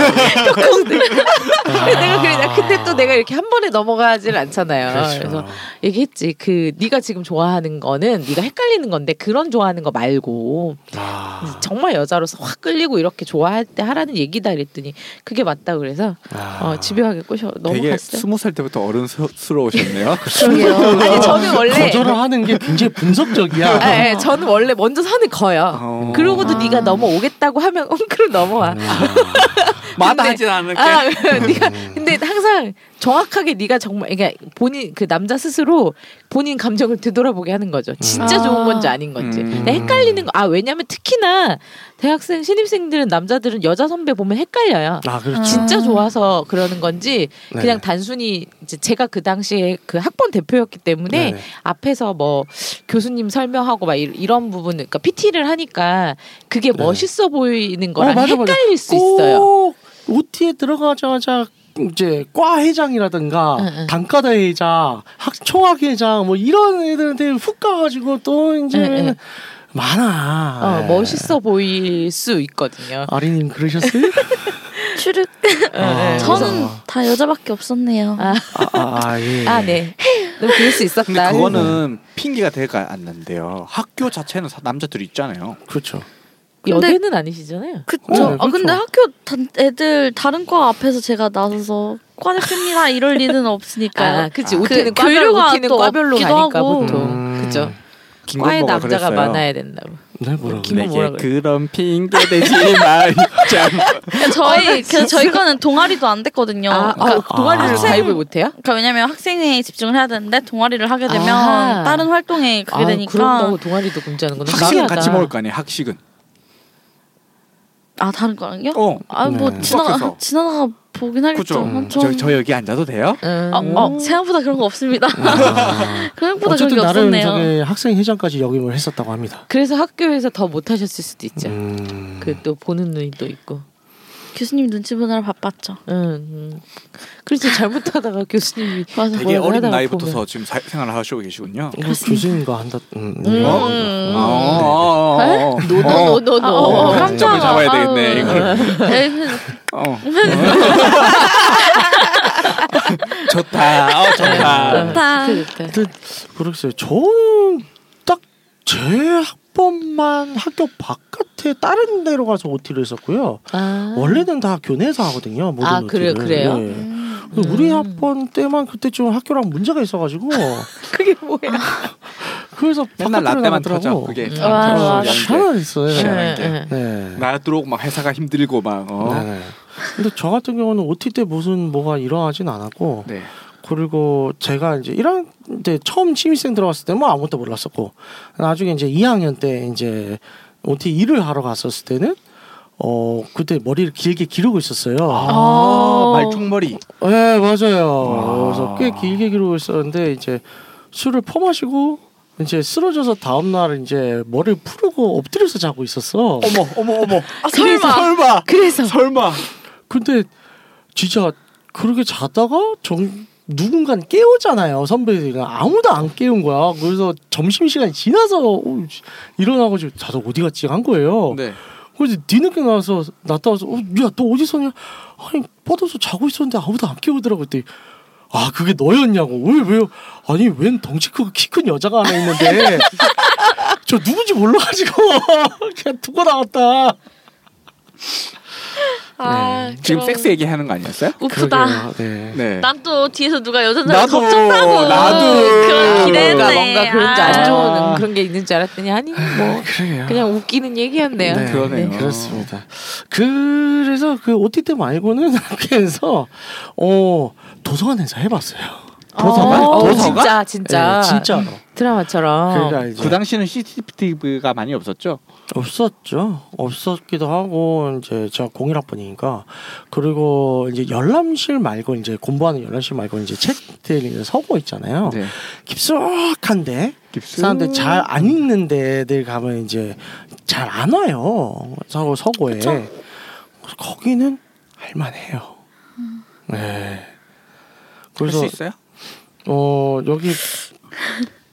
뚜껑대.
아.
내가 그래 나 근데 또 내가 이렇게 한 번에 넘어가질 않잖아요.
그렇죠.
그래서 얘기했지. 그 네가 지금 좋아하는 거는 네가 헷갈리는 건데 그런 좋아하는 거 말고
아,
정말 여자로서 확 끌리고 이렇게 좋아할 때 하라는 얘기다 이랬더니 그게 맞다 그래서
아.
어, 집요하게 꼬셔
되게
넘어갔어요.
스무 살 때부터 어른스러우셨네요.
그러게요. 아니 저는 원래
거절을 하는 게 굉장히 분석적이야.
아, 예, 저는 원래 먼저 선을 거요.
어.
그러고도
아.
네가 넘어오겠다고 하면 응, 그럼 넘어와.
마다하진 않을게.
아, 네가 근데 항상 정확하게 네가 정말 그러니까 본인 그 남자 스스로 본인 감정을 되돌아보게 하는 거죠. 진짜
아.
음.
좋은 건지 아닌 건지.
음.
근데 헷갈리는 거. 아 왜냐면 특히나 대학생 신입생들은 남자들은 여자 선배 보면 헷갈려요.
아, 그렇죠.
진짜 좋아서 그러는 건지
네.
그냥 단순히 이제 제가 그 당시에 그 학번 대표였기 때문에
네네.
앞에서 뭐 교수님 설명하고 막 이- 이런 부분 그러니까 PT를 하니까 그게 멋있어 보이는 거랑
어, 맞아, 맞아.
헷갈릴 수 있어요.
꼭 OT에 들어가자마자 이제 과 회장이라든가
응, 응.
단과대 회장, 학 총학 회장 뭐 이런 애들한테 훅 가가지고 또 이제
응, 응.
많아.
어,
예.
멋있어 보일 수 있거든요.
아리님 그러셨어요?
추륵.
아,
저는 다 여자밖에 없었네요.
아,
아, 아, 아, 예.
아 네. 너 그럴 수 있었다.
근데 그거는
네.
핑계가 되가 않는데요. 학교 자체는 사- 남자들이 있잖아요.
그렇죠.
연애는 아니시잖아요.
그쵸.
네,
아 근데
그렇죠.
학교 단, 애들 다른 과 앞에서 제가 나서서 과 대표입니다 이럴 리는 없으니까.
아, 그치
아,
우티는
그
과별,
교류가
우티는
또
과별로
없기도
가니까
하고.
보통
음.
그죠. 과에
김건모가
남자가
그랬어요.
많아야 된다고.
네, 뭐라고.
김- 김건 뭐라
내게 그런 핑계 대지 마. 입장.
그러니까 저희 그래서 저희 과는 동아리도 안 됐거든요.
아,
그러니까,
아, 동아리를
학생-
가입을 못해요?
그러니까 왜냐면 학생회에 집중을 해야 되는데 동아리를 하게 되면
아하.
다른 활동에 그게
아,
되니까
그런다고 동아리도 공지하는구나.
학식은
신기하다.
같이 먹을 거 아니에요. 학식은.
아 다른 거랑요?
어.
아 뭐
네.
지나가
수학에서.
지나가 보긴
그죠.
하겠죠.
음.
저,
저, 저 여기 앉아도 돼요?
음.
아, 어, 생각보다 그런 거 없습니다.
아.
생각보다 그런 게
어쨌든 나름
없었네요.
저게 학생 회장까지 역임을 했었다고 합니다.
그래서 학교에서 더 못하셨을 수도 있죠.
음.
그 또 보는 눈이 또 있고.
교수님 눈치 보느라 바빴죠.
응. 음. 그래서 잘못하다가 교수님이
맞아.
되게
뭐라고
어린
하다가
나이부터서
보면.
지금 사- 생활을 하시고 계시군요.
뭐 교수님과 한다. 음, 네.
음.
어?
아,
음.
어, 어, 어. 어,
아, 어, 어,
어,
깜짝아.
점을 잡아야 되겠네,
어.
아유. 에이,
어. 좋다. 어,
네.
좋다.
좋다.
좋다, 좋다.
근데 모르겠어요. 저는 딱 제 학번만 학교 바깥에 다른 데로 가서 OT를 했었고요.
아.
원래는 다 교내에서 하거든요. 모든
아, 그래요,
OT 를.
그래요? 음.
예. 근데 우리 학번 때만 그때 좀 학교랑 문제가 있어가지고
그게 뭐야?
그래서
맨날
바깥으로
라떼만 터져.
나가더라고.
그게
음.
참
와,
참
와,
아,
신기한 게.
희한했어요.
네.
예, 예.
네.
날도록 막 회사가 힘들고 막. 어.
네. 근데 저 같은 경우는 OT 때 무슨 뭐가 일어나진 않았고
네.
그리고 제가 이제 1학년 때 처음 신입생 들어갔을 때는 뭐 아무것도 몰랐었고 나중에 이제 2학년 때 이제 OT 일을 하러 갔었을 때는 어 그때 머리를 길게 기르고 있었어요.
아, 말총머리.
네 맞아요. 그래서
아.
꽤 길게 기르고 있었는데 이제 술을 퍼마시고 이제 쓰러져서 다음 날 이제 머리를 푸르고 엎드려서 자고 있었어.
어머, 어머, 어머.
설마.
설마.
그래서
설마.
근데 진짜 그렇게 자다가 정 누군가 깨우잖아요 선배들이 아무도 안 깨운 거야 그래서 점심시간이 지나서 어, 씨, 일어나고 지금 자다 어디 갔지 한 거예요
네.
그래서 뒤늦게 나와서 나타나서 어, 야너 어디서냐 아니 뻗어서 자고 있었는데 아무도 안 깨우더라고 그때 아 그게 너였냐고 왜 왜요 아니 웬 덩치 크고 키 큰 여자가 하나 있는데 저 누군지 몰라가지고 그냥 두고 나왔다
아,
지금
그럼
섹스 얘기하는 거 아니었어요?
그러게요.
우프다.
네.
네.
난 또 뒤에서 누가 여자 사람
나도,
걱정하고
나도.
그런 기대했네.
뭔가 뭔가 그런
아.
게안 좋은
아.
그런 게 있는 줄 알았더니 아니 뭐
그러게요.
그냥 웃기는 얘기였네요.
네, 그러네요.
그렇습니다. 그래서 그 OTT 말고는 학교에서 어 도서관에서 해봤어요.
도서관?
어,
도서관?
진짜 진짜 어.
네, 진짜로.
드라마처럼.
그러니까 이제
그 당시는 CCTV가 많이 없었죠.
없었죠. 없었기도 하고 이제 제가 공일학번이니까 그리고 이제 열람실 말고 이제 공부하는 열람실 말고 이제 책들이 이제 서고 있잖아요.
네.
깊숙한데
음.
사람들 잘 안 읽는 데들 가면 이제 잘 안 와요. 서고 서고에 그래서 거기는 할만해요. 네.
할수
그래서
있어요?
어 여기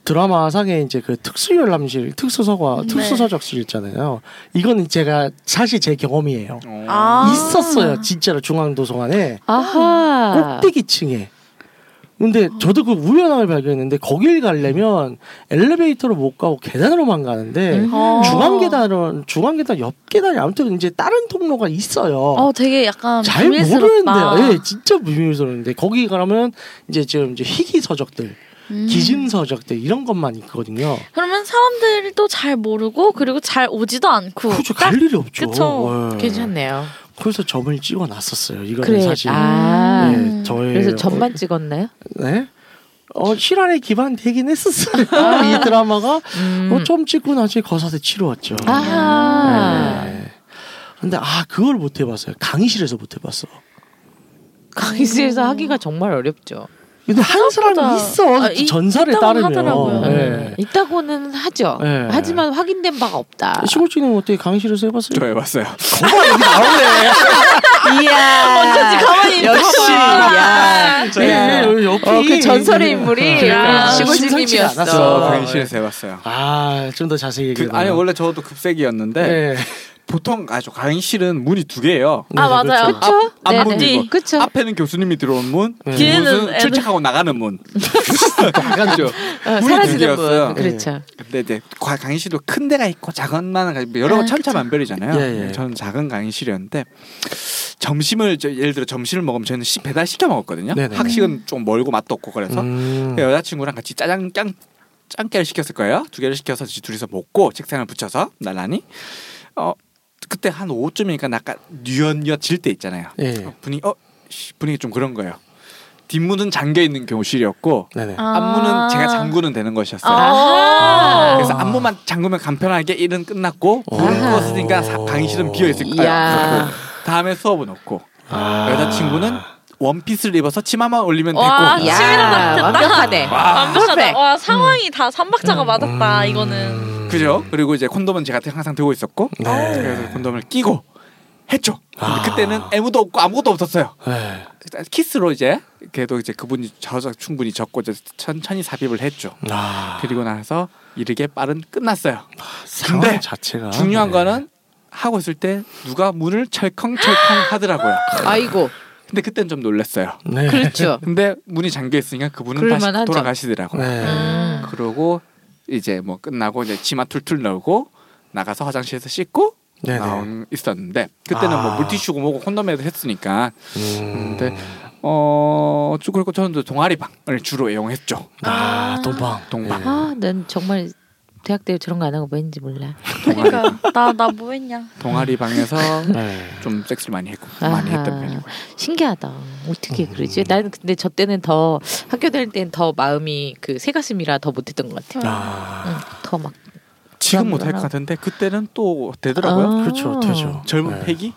드라마상에 이제 그 특수열람실, 특수서과, 특수서적실 있잖아요. 이거는 제가 사실 제 경험이에요.
어.
아.
있었어요, 진짜로 중앙도서관에
아하.
꼭대기층에. 근데 저도 그 우연함을 발견했는데 거길 가려면 엘리베이터로 못 가고 계단으로만 가는데
음.
어.
중앙 계단은 중앙 계단 옆 계단이 아무튼 이제 다른 통로가 있어요.
어, 되게 약간
잘
비밀스럽다.
모르는데요. 예, 진짜 비밀스러운데 거기 가면 이제 지금 이제 희귀 서적들,
음.
기증 서적들 이런 것만 있거든요.
그러면 사람들도 잘 모르고 그리고 잘 오지도 않고
그죠 그렇죠.
딱
갈 일이 없죠.
그쵸.
예.
괜찮네요.
그래서 점을 찍어 놨었어요. 이거는
그래.
네, 사실.
아.
예,
음.
저의
그래서 전만 찍었나요?
어, 네. 어, 실화에 기반되긴 했었어요.
아.
이 드라마가
음.
어, 점 찍고 나중에 거사대 치루었죠.
어,
아.
아하.
네. 근데 아 그걸 못 해봤어요. 강의실에서 못 해봤어.
강의실에서 하기가 정말 어렵죠.
근데 한 사람이 있어
아, 이-
전설에
있다고
따르면.
하더라고요. 네.
예.
음, 있다고는 하죠.
네.
하지만 확인된 바가 없다.
시골주님 어떻게 강의실에서 해봤어요?
저 해봤어요.
이야. 어쩐지
네,
가만히 역시. 야.
네, 여기 옆이
어, 그 전설의 인물이
야.
그
심상치가
저
않았어.
시골주님이었어.
강의실에서 해봤어요.
아좀 더 자세히
그,
얘기해.
아니 원래 저도 급색이었는데
네.
보통 아저 강의실은 문이 두 개예요.
아,
네,
맞아요.
그렇죠.
그쵸?
앞- 앞문
네.
이거.
그쵸?
앞에는 교수님이 들어온 문,
네.
뒤에는
뒤에는
문은
애들.
출첵하고 나가는 문. 나가죠.
어,
문이 두
사라지는
개였어요.
분. 그렇죠.
근데 이제 과- 강의실도 큰 데가 있고 작은 데가 있고 여러
아,
가 천차만별이잖아요. 네,
예, 예.
저는 작은 강의실이었는데 점심을 저, 예를 들어 점심을 먹으면 저는 시, 배달 시켜 먹었거든요.
네네.
학식은 좀 멀고 맛도 없고 그래서
음.
여자친구랑 같이 짜장 짱 짱깨를 시켰을 거예요. 두 개를 시켜서 이제 둘이서 먹고 책상을 붙여서 날라니. 어 그때 한 5쯤이니까 약간 뉘엿뉘엿 질 때 있잖아요.
예.
분위기 어 씨, 분위기 좀 그런 거예요. 뒷문은 잠겨 있는 교실이었고
네네.
아.
앞문은 제가 잠그는 되는 것이었어요.
어.
아.
그래서 앞문만 잠그면 간편하게 일은 끝났고
오.
문을 닫았으니까 사- 강의실은 비어 있을
이야.
거예요. 다음에 수업은 없고
아.
여자친구는 원피스를 입어서 치마만 올리면 됐고
와,
야.
시민은
아, 완벽하네.
완벽하다.
퍼펙트.
와 상황이 다 삼박자가 맞았다 이거는.
그죠? 그리고 이제 콘돔은 제가 항상 들고 있었고
네.
그래서 콘돔을 끼고 했죠. 근데
아.
그때는 애무도 없고 아무것도 없었어요.
네.
키스로 이제 그래도 이제 그분이 저서 충분히 졌고 이제 천천히 삽입을 했죠.
아.
그리고 나서 이르게 빠른 끝났어요.
상황 자체가
중요한
네.
거는 하고 있을 때 누가 문을 철컹철컹 하더라고요.
아이고.
근데 그땐 좀 놀랐어요.
네.
그렇죠.
근데 문이 잠겨 있으니까 그분은 다시
그럴만하죠.
돌아가시더라고요.
네.
그러고 이제 뭐 끝나고 이제 치마 툴툴 넣고 나가서 화장실에서 씻고
네네.
나온 있었는데 그때는
아.
뭐 물티슈고 뭐고 콘돔에도 했으니까
음.
근데 어 쭉 그리고 저는 또 동아리 방을 주로 애용했죠.
아 동방.
동방.
아, 난 정말 대학 때 저런 거 안 하고 뭐 했는지 몰라.
동아리,
그러니까 나 나 뭐했냐.
동아리 방에서
네. 네.
좀 섹스를 많이 했고 많이
아하.
했던 편이고.
신기하다. 어떻게 그러지? 나는 근데 저 때는 더 학교 다닐 때는 더 마음이 그 새가슴이라 더 못했던 것 같아.
아.
응, 더막
지금
그런
못할
거라.
것 같은데 그때는 또 되더라고요.
아.
그렇죠. 되죠.
젊은
네.
패기?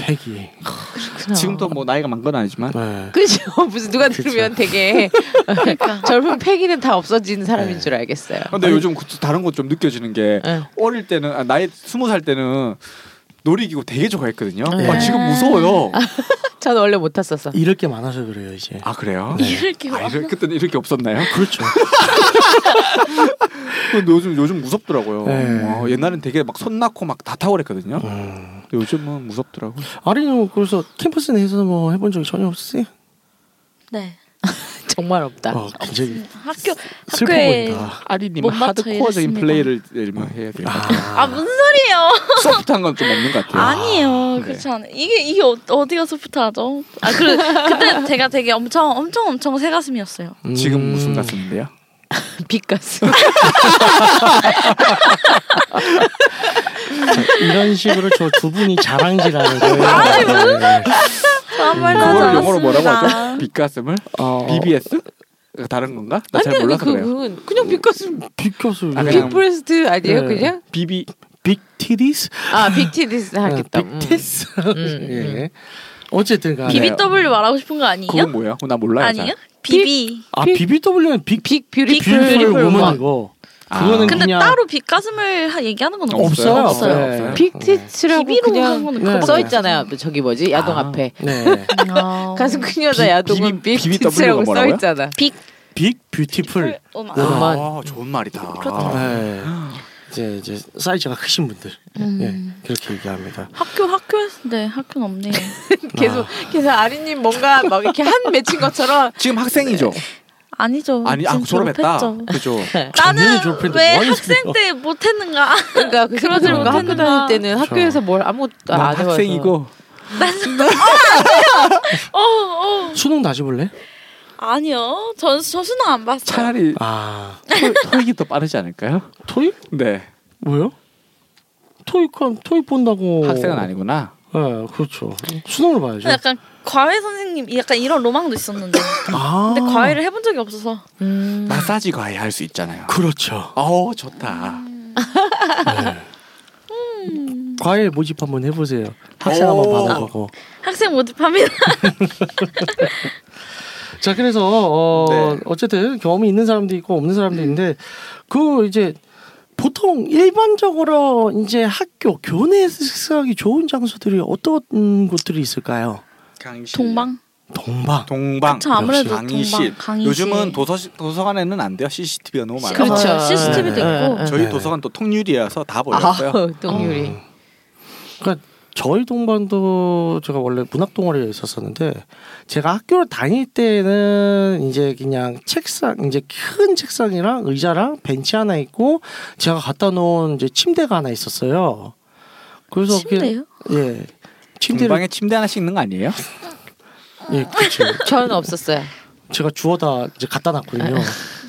패기.
어.
그렇구나.
지금도 뭐 나이가 많건 아니지만
네.
그죠? 무슨 누가 들으면 되게 젊은 패기는 다 없어진 사람인 줄 알겠어요.
근데 요즘 그- 다른 것 좀 느껴지는 게
네.
어릴 때는 아, 나이 스무 살 때는 놀이기구 되게 좋아했거든요.
네.
아, 지금 무서워요.
네.
전 원래 못 탔었어.
이럴 게 많아서 그래요 이제.
아 그래요?
이렇게
아, 이럴, 그때는 이렇게 없었나요?
그렇죠.
근데 요즘 요즘 무섭더라고요.
네.
와, 옛날엔 되게 막 손 낳고 막 다 타고 그랬거든요.
음.
근데 요즘은 무섭더라고요.
아리는 그래서 캠퍼스 내에서 뭐 해본 적이 전혀 없으세요?
네.
정말 없다.
어, 굉장히
학교
슬퍼
학교에
보인다.
아리님
못 맞춰
하드코어적인
이랬습니다.
플레이를 일만 해야 돼요.
아 무슨 소리예요?
소프트한 건 좀 없는 것 같아요.
아니에요.
네.
그렇지 않아요. 이게 이게 어, 어디가 소프트하죠? 아 그, 그때 제가 되게 엄청 엄청 엄청 새가슴이었어요.
음.
지금 무슨 가슴인데요?
빗가스.
자, 이런 식으로 저 두 분이 자랑질하는 거예요. 네.
아말도 하지
그걸 영어로
않았습니다.
뭐라고 하죠? 빗가슴을?
어,
BBS? 다른 건가? 나 잘
아니,
몰라서
그,
그래요.
그건 그냥 빗가스.
비켜서
아,
요
그냥-
빅브레스트 아니에요?
네.
그냥?
비비
빅 티디스?
아, 빅티디스 하겠다. 음.
빅티스?
음,
예. 어쨌든 간에
BBW 말하고 싶은 거
그건
아니에요?
뭐야? 그거 나 몰라요. 잘.
아니에요? BB.
아 BBW는 빅
빅
빅 뷰티풀
뷰티풀
뷰티풀
우먼.
우먼이고
아.
그거는
근데
그냥
따로 빗가슴을 하- 얘기하는 건 없어요.
없어요.
없어요.
네.
없어요.
빅티츠라고
비비로 한
그냥
네.
거는 그거밖에
써 있잖아요. 저기 뭐지? 야동 앞에.
네.
없어요.
가슴 큰 여자
비-
야동은
비비-
빅티츠라고
BBW
써
가
있잖아.
빅
빅 뷰티풀
오마.
아, 오마.
아, 좋은 말이다.
그렇다.
네. 이제 이제 사이즈가 크신 분들 예, 그렇게 얘기합니다.
학교 학교 했는데 학교는 없네요.
계속 계속 아리님 뭔가 막 이렇게 한 맺힌 것처럼
지금 학생이죠.
아니죠.
아니 아
지금
졸업했다. 아,
졸업했죠.
그죠.
작년에
나는
졸업했는데
왜
뭐 하는
학생 때 못했는가?
그러니까
그러질
그러질 뭔가 학교
못했나.
다닐 때는 학교에서 뭘 아무것도
난
안 해봐서
뭐 학생이고
어, 어.
수능 다시 볼래?
아니요. 전 저 수능 안 봤어요.
차라리
아
토- 토익이 더 빠르지 않을까요?
토익
네.
뭐요? 토익한 토익 본다고
학생은 아니구나.
예, 그렇죠. 수능을 봐야죠.
약간 과외 선생님 약간 이런 로망도 있었는데
아
어.
근데 과외를 해본 적이 없어서
음,
마사지 과외 할 수 있잖아요.
그렇죠.
어 좋다.
과외 모집 한번 해보세요. 학생 한번
오.
봐보고.
학생 모집합니다.
자 그래서 어,
네.
어쨌든 경험이 있는 사람도 있고 없는 사람도 있는데 그 이제 보통 일반적으로 이제 학교 교내 식사하기 좋은 장소들이 어떤 곳들이 있을까요?
강의실.
동방.
동방.
동방.
그쵸, 아무래도
강의실.
동방, 강의실.
요즘은 도서 도서관에는 안 돼요. CCTV가 너무 많아요.
그렇죠.
어, CCTV도
예,
있고.
예, 예.
저희
네.
도서관 또 통유리여서 다 버렸어요.
아, 동유리.
그러니까 저희 동반도 제가 원래 문학 동아리에 있었었는데 제가 학교를 다닐 때는 이제 그냥 책상 이제 큰 책상이랑 의자랑 벤치 하나 있고 제가 갖다 놓은 이제 침대가 하나 있었어요. 그래서 그게-
침대요?
예. 침대를
동방에 침대 하나씩 있는 거 아니에요?
예, 그렇죠.
저는 없었어요.
제가 주워다 이제 갖다 놨거든요.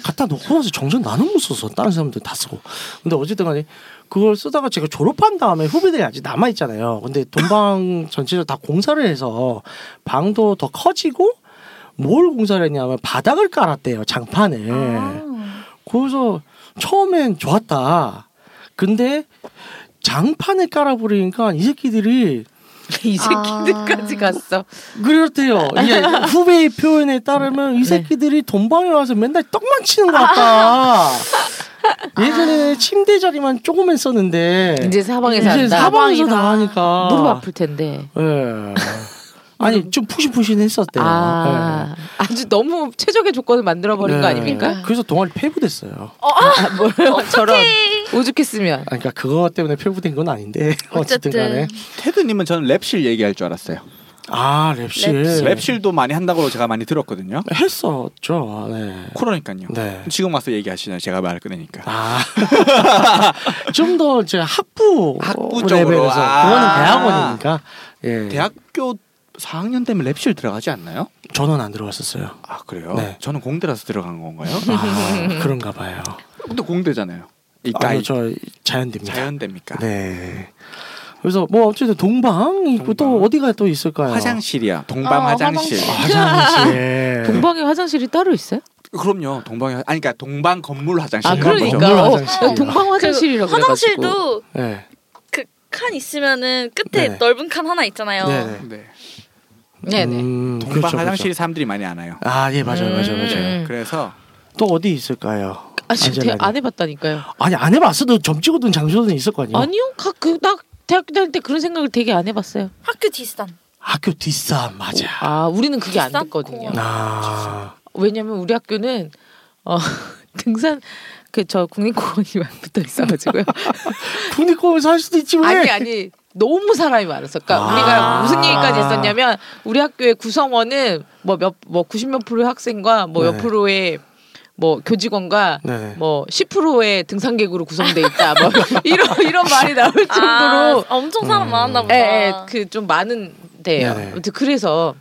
갖다 놓고 나서 정전 나는 못 써서 다른 사람들 다 쓰고. 근데 어쨌든 간에 그걸 쓰다가 제가 졸업한 다음에 후배들이 아직 남아 있잖아요. 근데 돈방 전체를 다 공사를 해서 방도 더 커지고 뭘 공사를 했냐면 바닥을 깔았대요 장판을.
아.
그래서 처음엔 좋았다. 근데 장판을 깔아버리니까 이 새끼들이
이 새끼들까지 갔어.
그렇대요. 이게 후배의 표현에 따르면
네.
이 새끼들이 돈방에 와서 맨날 떡만 치는 것 같다. 예전에 침대 자리만 조금만 썼는데
아.
네.
이제 사방에서
이제
한다. 어.
사방에서
사방이다.
다 하니까
무릎 아플 텐데.
예. 아니 좀 푸신푸신했었대요.
아,
네.
아주 너무 최적의 조건을 만들어 버린
예.
거 아닙니까?
그래서 동아리 폐부됐어요.
네.
아, 뭐요? 저런 오죽했으면.
아니, 그러니까 그것 때문에 폐부된 건 아닌데 어쨌든 간에
테드님은 저는 랩실 얘기할 줄 알았어요.
아 랩실
네. 랩실도 많이 한다고 제가 많이 들었거든요.
했었죠. 네.
그러니까요.
네.
지금 와서 얘기하시나요? 제가 말할 거니까.
아. 좀 더 이제 학부,
학부 쪽으로.
레벨에서
아.
그거는 대학원이니까 예
네. 대학교 4학년 때문에 랩실 들어가지 않나요?
저는 안 들어갔었어요.
아 그래요?
네.
저는 공대라서 들어간 건가요?
아, 그런가 봐요.
근데 공대잖아요. 이
아니요
나이
저 자연대입니다.
자연대입니까?
네. 그래서 뭐 어쨌든 동방 있고
동방.
또 어디가 또 있을까요?
화장실이야. 동방
어,
화장실.
아,
네.
화장실. 예.
동방에 화장실이 따로 있어요?
아, 그럼요. 동방 화- 아니 그러니까 동방 건물 화장실.
아
그렇죠.
건물
그러니까 어,
화장실이요.
동방 화장실이라고 그래가지고.
화장실도
네.
그 칸 있으면은 끝에
네네.
넓은 칸 하나 있잖아요.
네네.
네.
네네.
음,
동방
그렇죠,
화장실
그렇죠.
사람들이 많이 안 와요. 네.
아, 예, 맞아요, 맞아요,
그렇죠.
맞아요.
음.
그래서
또 어디 있을까요?
아 지금 제가
안젤라님.
안 해봤다니까요.
아니, 안 해봤어도 점찍어둔 장소는 있을 거 아니에요?
아니요, 가- 그, 나 대학교 다닐 때 그런 생각을 되게 안 해봤어요.
학교 뒷산.
학교 뒷산, 맞아.
아, 우리는 그게 안
비싼
됐거든요.
거.
아,
왜냐면 우리 학교는 어, 등산 그 저 국립공원이 막 붙어 있어가지고요.
국립공원 살 수도 있지 왜?
아니 아니 너무 사람이 많았어. 그러니까
아.
우리가 무슨 얘기까지 있었냐면 우리 학교의 구성원은 뭐 몇 뭐 90 몇 프로의 학생과 뭐 몇
네.
프로의 뭐 교직원과
네.
뭐 10%의 등산객으로 구성돼 있다. 뭐 이런 이런 말이 나올 그 정도로
아, 엄청 사람 많았나 보다.
예, 그좀 많은 데요.
네네.
아무튼 그래서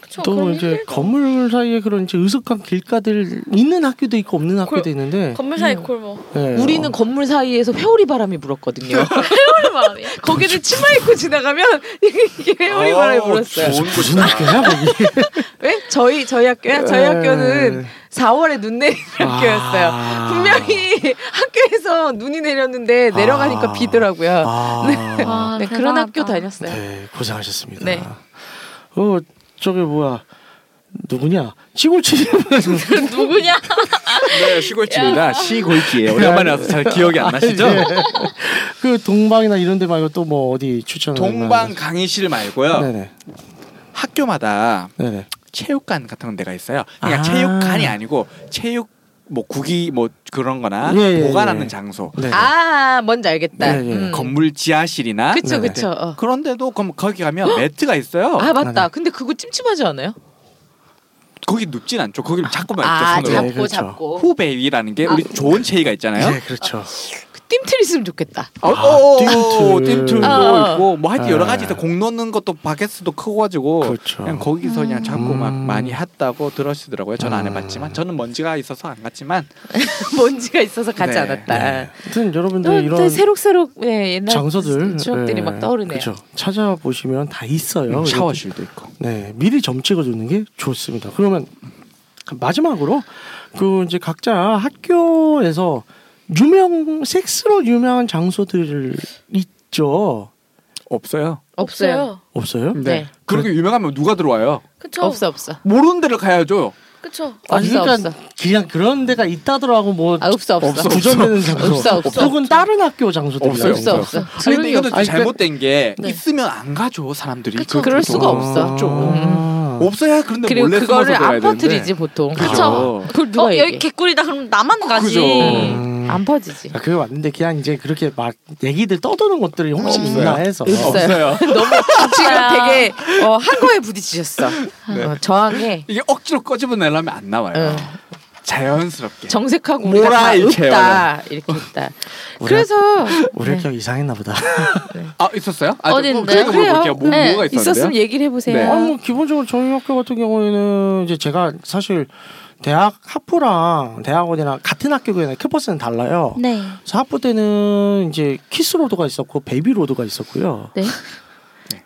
그쵸,
또
그럼
이제
힘들죠.
건물 사이에 그런 이제 으슥한 길가들 있는 학교도 있고 없는 학교도
그-
네.
있는데
건물
음.
사이 골목. 뭐.
예,
우리는
어,
건물 사이에서 회오리 바람이 불었거든요.
해오리 마음이.
거기를 치마 입고 지나가면 이게 회오리 바람이
어우,
불었어요.
좋은
무슨
곳이다.
학교야 거기?
왜? 저희 저희 학교야? 저희
에.
학교는 4월에 눈 내리는 학교였어요.
아.
분명히 학교에서 눈이 내렸는데 내려가니까
아.
비더라고요.
아,
와,
네, 그런
대단하다.
학교 다녔어요.
네 고생하셨습니다.
네.
어 저게 뭐야 누구냐 시골집
누구냐?
네, 시골집입니다. 시골집에 오랜만에 와서 잘 기억이 안 나시죠?
예. 그 동방이나 이런데 말고 또 뭐 어디 추천을 네.
동방 강의실 말고요.
네네
학교마다
네네
체육관 같은 데가 있어요. 그러니까
아.
체육관이 아니고 체육 뭐 구기 뭐 그런거나
예, 예,
보관하는
예.
장소,
네.
아 뭔지 알겠다.
네, 네.
음.
건물 지하실이나
그쵸
네네.
그쵸. 어.
그런데도 그럼 거기 가면 매트가 있어요.
아 맞다.
나는-
근데 그거 찜찜하지 않아요?
거기 눕진 않죠. 거기 자꾸만
아
있죠. 손으로.
네,
잡고
그렇죠.
잡고.
후배 위라는 게 우리 좋은 체이가 있잖아요.
네, 그렇죠.
그 띠틀 있으면 좋겠다.
아,
띵툴.
띵툴도
어, 어.
있고 뭐 하여튼 여러 가지
네.
공 넣는 것도 바게스도 크고 가지고
그렇죠.
그냥 거기서 그냥 자꾸 막
음.
많이 했다고 들으시더라고요. 저는 안
음.
해봤지만 저는 먼지가 있어서 안 갔지만
그 먼지가 있어서 가지
네,
않았다.
아무튼 여러분들
또
이런
새록새록 예, 옛날
장소들
추억들이
예,
막 떠오르네요. 음,
그렇죠. 찾아보시면 다 있어요.
샤워실도 있고.
네, 미리 점 찍어두는 게 좋습니다. 그러면 마지막으로 그 이제 각자 학교에서 유명 섹스로 유명한 장소들 있죠.
없어요.
없어요.
없어요?
네.
그렇게 유명하면 누가 들어와요?
그쵸.
없어 없어.
모르는 데를 가야죠.
그쵸.
아니,
없어,
그러니까 그냥 그런 데가 있다더라고 뭐
아, 없어 없어.
없어.
부정되는 장소
없어, 없어.
혹은 다른 학교 장소들
없어요.
없어, 없어. 그
아니, 근데 이거는
없어. 아니,
잘못된 게
네.
있으면 안 가죠 사람들이.
그쵸.
그-
그럴 수가 없어.
없죠.
음.
없어야 그런데
그리고
몰래 숨어서
그거를 안
들어야 되는데.
퍼뜨리지 보통.
그죠.
그걸 누가
어 여기
얘기해?
개꿀이다 그럼 나만 가지.
그죠.
음.
안 퍼지지.
아, 그게 맞는데 그냥 이제 그렇게 막 얘기들 떠드는 것들이 혹시
없어요.
있나 해서
없어요.
없어요.
너무 지금
없어요.
되게 어, 한 거에 부딪히셨어.
네.
어, 저항해.
이게 억지로 꺼집어내려면 안 나와요.
응.
자연스럽게.
정색하고
뭐라
우리가 다
이렇게
없다 이렇게 있다.
우리
그래서
우리 학교
네.
이상했나 보다.
아 있었어요? 아,
어딘데?
그래요?
그래요.
뭐,
네.
뭐가 있었는데요?
있었으면 얘기를 해보세요.
네.
아, 뭐 기본적으로 저희 학교 같은 경우에는 이제 제가 사실 대학 하프랑 대학원이랑 같은 학교에 캠퍼스는 달라요.
네.
그래서 하프 때는 이제 키스 로드가 있었고 베이비 로드가 있었고요.
네.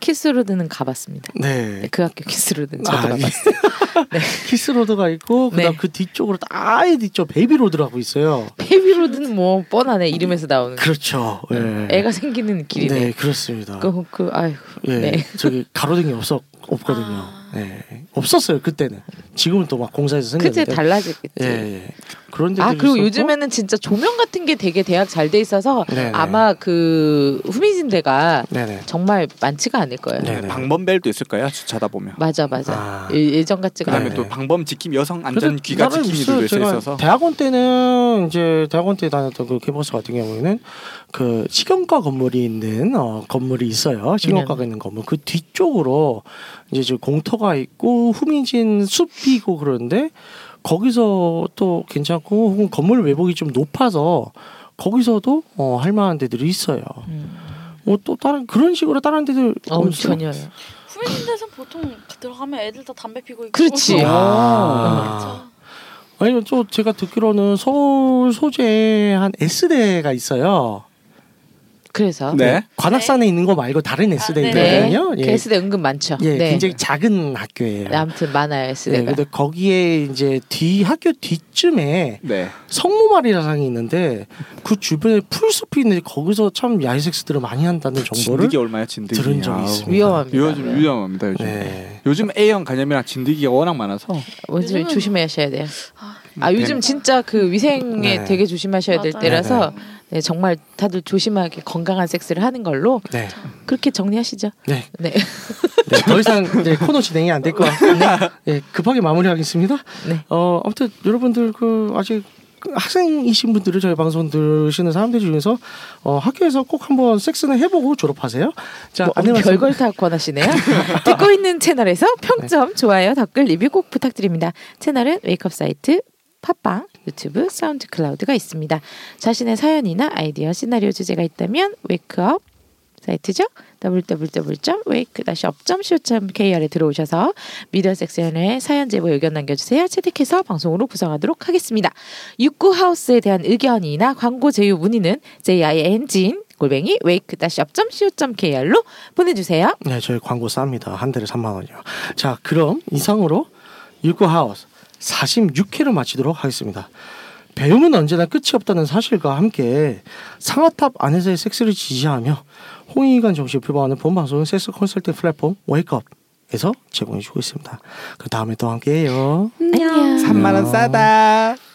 키스로드는 가봤습니다. 네,
네.
그 학교 키스로드는 저도
아,
가봤어요.
키스 로드가 있고 그다음
네.
그 뒤쪽으로 딱 아예 뒤쪽 베이비 로드라고 있어요.
페비로드는 뭐 뻔하네 이름에서 나오는.
그렇죠. 예.
애가 생기는 길이네.
네, 그렇습니다.
그, 그, 아유,
예,
네. 아.
저기 가로등이 없었 없거든요. 예, 없었어요 그때는. 지금은 또 막 공사해서
그제
생겼는데.
달라지겠지.
예, 예. 그런데
아 그리고 요즘에는 진짜 조명 같은 게 되게 대학 잘 돼 있어서
네네.
아마 그 후미진대가
네네.
정말 많지가 않을 거예요.
네.
네, 방범벨도 있을 거예요. 주차다 보면.
맞아 맞아
아.
예- 예전 같지가
그다음에
않아요.
네.
또 방범 지킴 여성 안전
그래도
귀가
나름 있어요.
지킴이도 있어
제가
있어서.
대학원 때는 이제 대학원 때 다녔던 그 캠퍼스 같은 경우에는 그 식용과 건물이 있는 어, 건물이 있어요. 식용과가 있는 건물 그 뒤쪽으로 이제 저 공터가 있고 후미진 숲이 있고 그런데 거기서 또 괜찮고 혹은 건물 외복이 좀 높아서 거기서도 어, 할 만한 데들이 있어요.
음.
뭐 또 다른 그런 식으로 다른 데들
어우
없어요?
전혀요.
후배님 데서 보통 들어가면 애들 다 담배 피고 있고.
그렇지.
아.
그쵸.
아니요, 또 제가 듣기로는 서울 소재 한 S대가 있어요.
그래서
네.
관악산에 있는 거 말고 다른
아,
네.
S대거든요. 예.
게스대 은근 많죠.
예,
네.
굉장히 작은 학교예요.
네, 아무튼 많아요
네,
S대가.
근데 거기에 이제 뒤 학교 뒤쯤에
네.
성모마리라상이 있는데 그 주변에 풀숲이 있는데 거기서 참 야외섹스들을 많이 한다는 정보를
그 진드기 얼마야 진드기.
들은 적이
아우.
있습니다.
네. 위험합니다.
요즘 위험합니다 요즘.
네.
요즘 A형 간염이랑 진드기가 워낙 많아서
먼저
요즘은-
조심하셔야 돼요. 아 요즘
네.
진짜 그 위생에
네.
되게 조심하셔야 될
맞아요.
때라서 네, 정말 다들 조심하게 건강한 섹스를 하는 걸로
네.
그렇게 정리하시죠.
네.
네.
네, 더 이상 이제 코너 진행이 안 될 것 같은데 예, 급하게 마무리하겠습니다.
네.
어, 아무튼 여러분들 그 아직 그 학생이신 분들을 저희 방송 들으시는 사람들 중에서 어, 학교에서 꼭 한번 섹스는 해보고 졸업하세요. 자,
뭐,
안내 말씀
별걸 다 권하시네요. 듣고 있는 채널에서 평점, 좋아요, 댓글 리뷰 꼭 부탁드립니다. 채널은 웨이크업 사이트 팟빵, 유튜브, 사운드 클라우드가 있습니다. 자신의 사연이나 아이디어, 시나리오 주제가 있다면 웨이크업 사이트죠. www.wake-up.co.kr에 들어오셔서 미디어 섹션에 사연 제보 의견 남겨주세요. 채택해서 방송으로 구성하도록 하겠습니다. 육구하우스에 대한 의견이나 광고 제휴 문의는 jingin 골뱅이 wake-up.co.kr로 보내주세요.
네, 저희 광고 쌉니다. 한 대를 3만 원이요. 자, 그럼 이상으로 육구하우스 46회를 마치도록 하겠습니다. 배움은 언제나 끝이 없다는 사실과 함께 상아탑 안에서의 섹스를 지지하며 홍익관 정신을 표방하는 본 방송은 섹스 컨설팅 플랫폼 웨이크업에서 제공해주고 있습니다. 그 다음에 또 함께해요.
안녕.
3만 원 싸다.